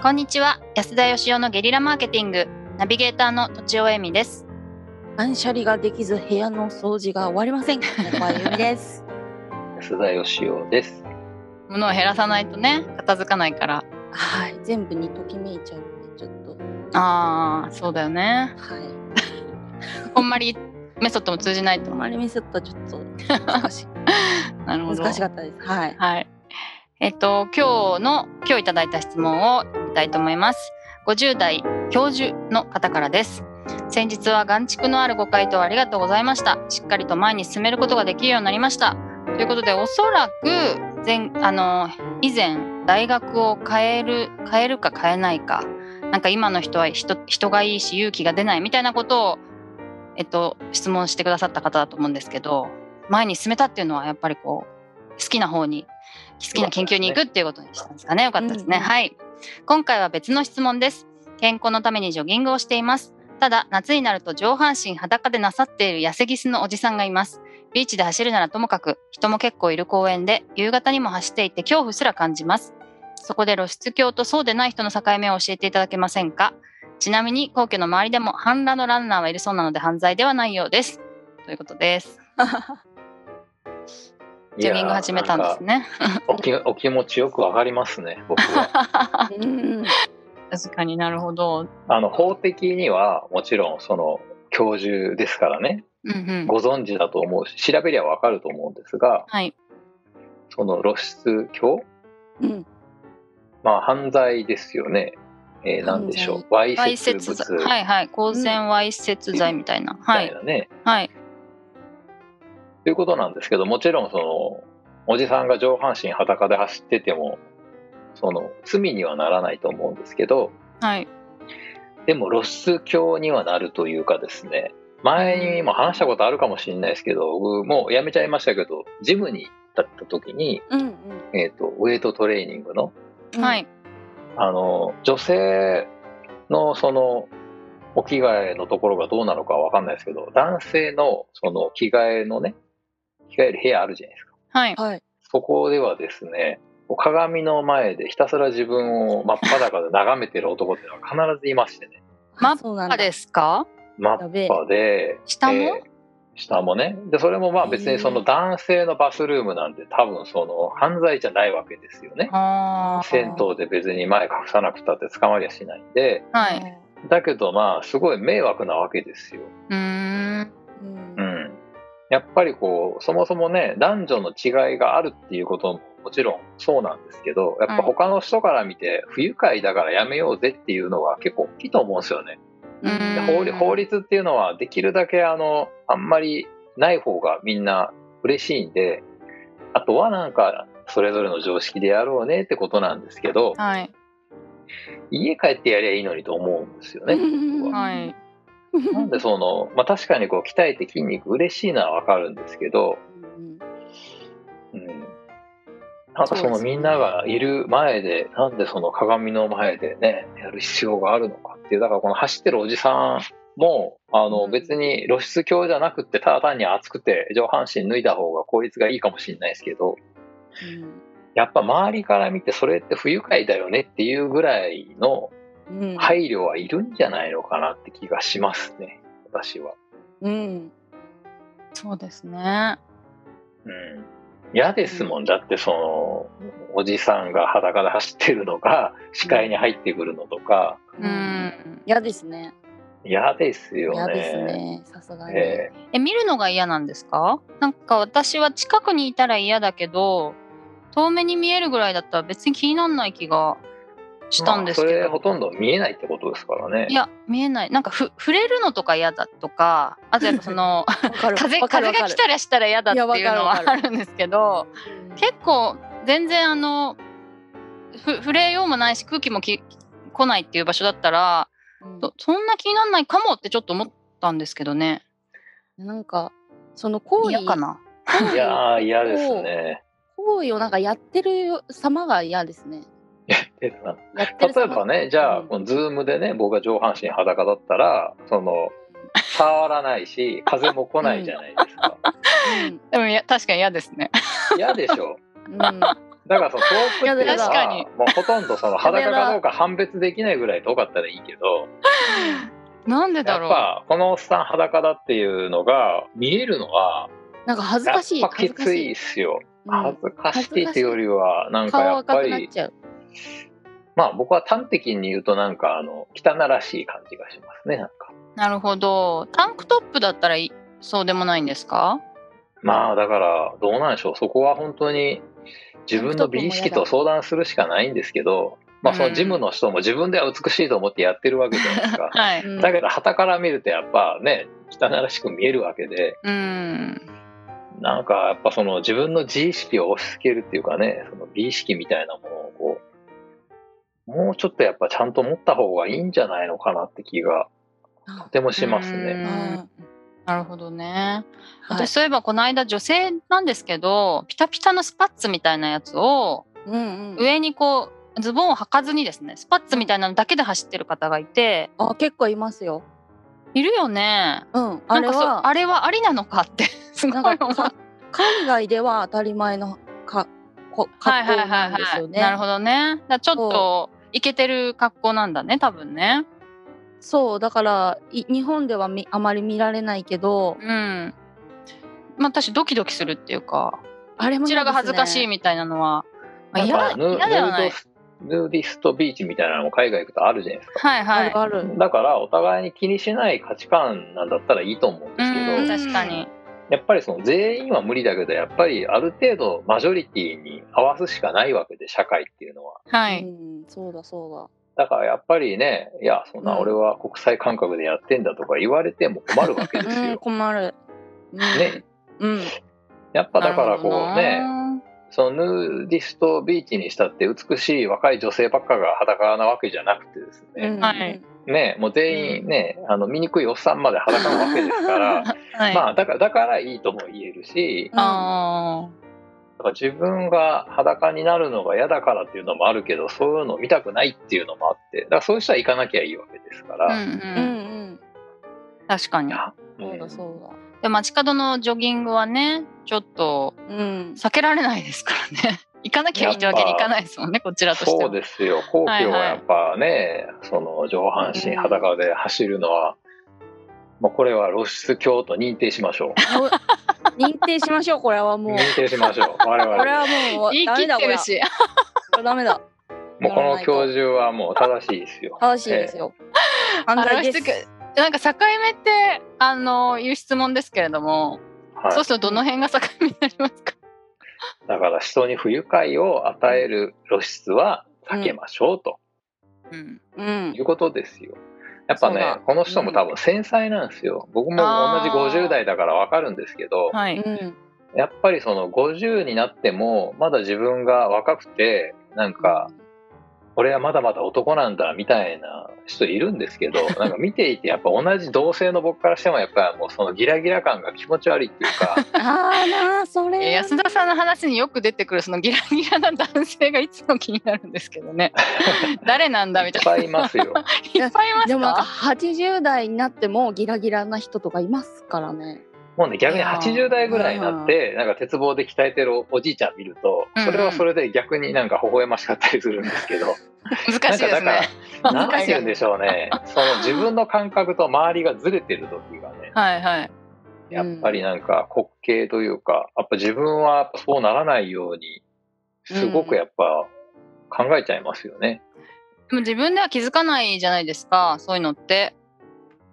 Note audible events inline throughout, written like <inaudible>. こんにちは安田義雄のゲリラマーケティングナビゲーターの土地尾恵美です断捨離ができず部屋の掃除が終わりま <laughs> せん。猫はゆみです。安田義雄です。物を減らさないとね片付かないからはい、全部にときめいちゃうんで、ちょっと、ああそうだよねはい。こんまりメソッドも通じないとあまりミスったらちょっと難しいなるほど難しかったです。 <laughs> はい。はい。えっと今日の今日いただいた質問を読みたいと思います。50代教授の方からです。先日は眼蓄のあるご回答ありがとうございました。しっかりと前に進めることができるようになりました。ということでおそらく前あの以前大学を変える変えるか変えないかなんか今の人は人人がいいし勇気が出ないみたいなことをえっと質問してくださった方だと思うんですけど前に進めたっていうのはやっぱりこう好きな方に好きな研究に行くっていうことにしたんですかね。よかったですね。うんうんはい。今回は別の質問です。健康のためにジョギングをしています。ただ夏になると上半身裸でなさっている痩せギスのおじさんがいます。ビーチで走るならともかく人も結構いる公園で夕方にも走っていて恐怖すら感じます。そこで露出狂とそうでない人の境目を教えていただけませんかちなみに皇居の周りでも半裸のランナーはいるそうなので犯罪ではないようです。ということです。ジョギング始めたんですね。ね。なんかお気 <laughs> お気持ちよくわかりますね、僕 <laughs> は。うん。確かになるほど。あの法的にはもちろんその教授ですからね、うんうん。ご存知だと思うし、調べりゃわかると思うんですが、はい。その露出狂、うん。まあ犯罪ですよね。えー、なんでしょう、わいわいせせつつ罪。物みはいはい。公然わいせつ罪みたいな。はたいい。なね、はい。ということなんですけど、もちろんそのおじさんが上半身裸で走ってても、その罪にはならないと思うんですけど、はい。でも露出狂にはなるというかですね前にも話したことあるかもしれないですけど僕もうやめちゃいましたけどジムに行った時に、うん。えー、とウェイトトレーニングのうん。は。い。あの女性のそのお着替えのところがどうなのかわかんないですけど男性のその着替えのね着替える部屋あるじゃないですかはい。はい。そこではですね鏡の前でひたすら自分を真っ裸で眺めてる男っていうのは必ずいましてねマッそうなんあだ。ですかマッパで、下もえー下もね。で、それもまあ別にその男性のバスルームなんて多分その犯罪じゃないわけですよね。あー銭湯で別に前隠さなくたって捕まりゃしないんで、はい。。だけどまあすごい迷惑なわけですよ。うーん。うんう。ん。やっぱりこう、そもそもね、男女の違いがあるっていうことももちろんそうなんですけど、やっぱ他の人から見て不愉快だからやめようぜっていうのは結構大きいと思うんですよね。うでん法律法律っていうのはできるだけあのあんまりない方がみんな嬉しいんであとはなんかそれぞれの常識でやろうねってことなんですけどはい。家帰ってやりゃいいのにと思うんですよね。うんはい。なんでその、まあ、確かにこう鍛えて筋肉嬉しいのはわかるんですけど、うんうん、なんかそのみんながいる前でなんでその鏡の前でねやる必要があるのかっていうだからこの走ってるおじさんもあのうん別に露出鏡じゃなくってただ単に暑くて上半身脱いだ方が効率がいいかもしれないですけどやっぱ周りから見てそれって不愉快だよねっていうぐらいうん。のうん。い。配慮はいるんじゃないのかなって気がしますね私は。うん。そうですね。うん嫌ですもんだってそのおじさんが裸で走ってるのが視界に入ってくるのとかう。ん。嫌ですね。嫌ですよ嫌ね。ですね。さすがに。ええ、見るのが嫌なんですかなんか私は近くにいたら嫌だけど、遠目に見えるぐらいだったら別に気にならない気がしたんですまあけそど。れほとんど見えないってことですからね。いや、見えない。なんかふ触れるのとか嫌だとか、あとやっぱそ <laughs> の、わかる。風わかる風が来たらしたら嫌だっていういやのわはかるわかあるるんですけどうん結構全然あのふ触れようもないし空気もき来ないっていう場所だったらうんそそんな気にならないかもってちょっと思ったんですけどねなんか、その行為嫌かないやー嫌ですね。行為をなんかやってる様が嫌ですね。えっとやってる例え様ばねじゃあうんこのズームでね僕が上半身裸だったらその触らないし風も来ないじゃないですか。でもいや確かに嫌ですね <laughs> 嫌でしょうん、うんだからその遠くっていうのやだやだはもうほとんどその裸かどうか判別できないぐらい遠かったらいいけどなんでやだっろうぱこのおっさん裸だっていうのが見えるのはなんか恥ずやかっしい。ぱ恥きずかしついい。っすようん恥ずかしいっていうよりはなんか顔やっ赤ぱくなっりちゃう。まあ僕は端的に言うとなんかあの汚らしい感じがしますねなんかなるほどタンクトップだったらいそうでもないんですかまあだからどうなんでしょうそこは本当に自分の美意識と相談するしかないんですけどまあそのジムの人も自分では美しいと思ってやってるわけじゃないですかはい <laughs> うんだけど旗から見るとやっぱね汚らしく見えるわけでうんなんかやっぱその自分の自意識を押し付けるっていうかねその美意識みたいなものをこうもうちょっとやっぱちゃんと持った方がいいんじゃないのかなって気がとてもしますうね。んなるほどねはい私そういえばこの間女性なんですけどピタピタのスパッツみたいなやつをうんうん。上にこうズボンを履かずにですねスパッツみたいなのだけで走ってる方がいてあ、結構いますよ。いるよねうん。あれなんかそうは、あれはありなのかって <laughs> すごいなん思うかか海外では当たり前のかこはい格はい好はいなんですはよいね。なるほどねだからちょっといけてる格好なんだね多分ねそうだからい日本ではみあまり見られないけど、うんまあ私ドキドキするっていうかあれもこちらが恥ずかしいいみたいなのはまあなん嫌かだヌ嫌ではないヌードスヌーディストビーチみたいなのも海外行くとあるじゃないですか。はいはあいるある。だからお互いに気にしない価値観なんだったらいいと思うんですけど、うん確かにやっぱりその全員は無理だけどやっぱりある程度マジョリティに合わすしかないわけで社会っていうのははういん、そうだそうだからやっぱりねいやそんな俺は国際感覚でやってんだとか言われても困るわ <laughs> けですよ。 <laughs> だ。うん困る。うんね、うん。やっぱだからこうなるねほどなそのヌーディストビーチにしたって美しい若い女性ばっかが裸なわけじゃなくてですうね,、んはい。ねもう全員ね、あの醜いおっさんまで裸なわけですからはいまあだからだからいいとも言えるしあだから自分が裸になるのが嫌だからっていうのもあるけどそういうのを見たくないっていうのもあってだからそういう人は行かなきゃいいわけですかあうら。んううんんうん。確かいにやそううんだそうで街角のジョギングはねちょっとだ。 <laughs> うん。避けられないですからね <laughs> 行かなきゃいいってわけにいかないですもんねこちらとしてそはうですよ皇居はやっぱね、その上半身裸で走るのは、まあ、これは露出狂と認定しましょう認定しましょうこれはもう認。定しましょう我これ々はもう言いダメ切っだこてれるは。しこれダメだ。もうこの教授はもう正しいですよ正しいですよ。犯罪です。なんか境目ってあのいう質問ですけれども、はいそうするとどの辺が境目になりますか、だから人に不愉快を与える露出は避けましょうとうん、うんい。うことですよ、やっそぱうねだ、この人も多分繊細なんですよ、僕も同じ50代だから分かるんですけど、はいうん。やっぱりその50になってもまだ自分が若くてなんか俺はまだまだ男なんだみたいな人いるんで <laughs> すけどなんか見ていてやっぱ同じ同性の僕からしてもやっぱりもうそのギラギラ感が気持ち悪いっていう <laughs> かああなあそれ。え安田さんの話によく出てくるそのギラギラな男性がいつも気になるんですけど <laughs> ね誰なんだいみったいなぱいいますよ <laughs> いっぱいいますでもなんかか80代になってもギラギラな人とかいますからね。もうね逆にいやー80代ぐらいになってなんか鉄棒で鍛えてるおじいちゃん見るとうんそれはそれで逆になんか微笑ましかったりするんですけど難しいですねなんかだから何て言うんでしょ <laughs> うねその自分の感覚と周りがずれてる時がねはいはいやっぱりなんか滑稽というか、やっぱ自分はやっぱそうならないように、すごくやっぱ考えちゃいますよね。でも自分では気づかないじゃないですかそういうのって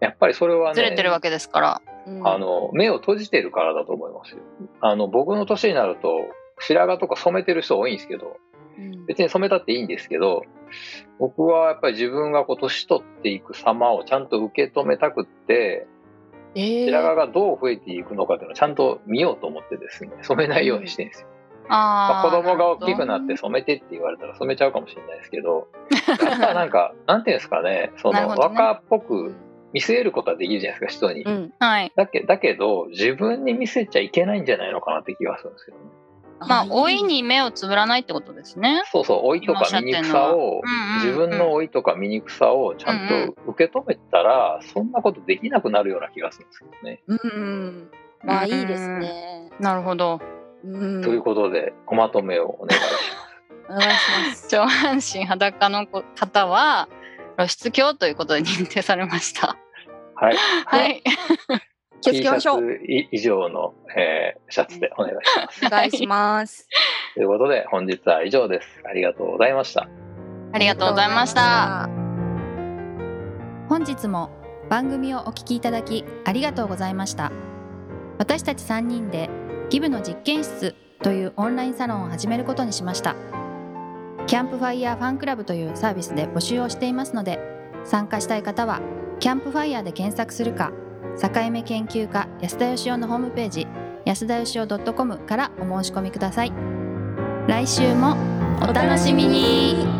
やっぱりそれはずれね、てるわけですから、うんあの、目を閉じてるからだと思いますよ。あの、僕の年になると、白髪とか染めてる人多いんですけど、うん別に染めたっていいんですけど、僕はやっぱり自分がこう年取っていく様をちゃんと受け止めたくって、え白ー髪がどう増えていくのかっていうのをちゃんと見ようと思ってですね、染めないようにしてるんですよまああ、ー子供が大きくなって染めてって言われたら染めちゃうかもしれないですけどやっぱなんかなんていうんですかねそなるのほどね若っぽく見せることはできるじゃないですか人に、うん。はいだけだけど自分に見せちゃいけないんじゃないのかなって気がするんですよねまあ老いに目をつぶらないってことですねそうそう老いとか醜さ今おをっしゃって自んのはうんうんうん分の老いとか醜さをちゃんと受け止めたらそんなことできなくなるような気がするんですけどね、うんうん。まあいいですね。なるほどうんということでおまとめをお願いしおます願いします。上半身裸の子方は露出狂ということで認定されました。はい。はい。気をつけましょう。T シャツい以上の、えーシャツでお願いします。お願いします。ということで、本日は以上です。ありがとうございました。ありがとうございました。。本日も番組をお聞きいただきありがとうございました私たち3人でギブの実験室というオンラインサロンを始めることにしましたキャンプファイヤーファンクラブというサービスで募集をしていますので参加したい方はキャンプファイヤーで検索するか境目研究家安田義雄のホームページ安田義雄 .com からお申し込みください来週もお楽しみに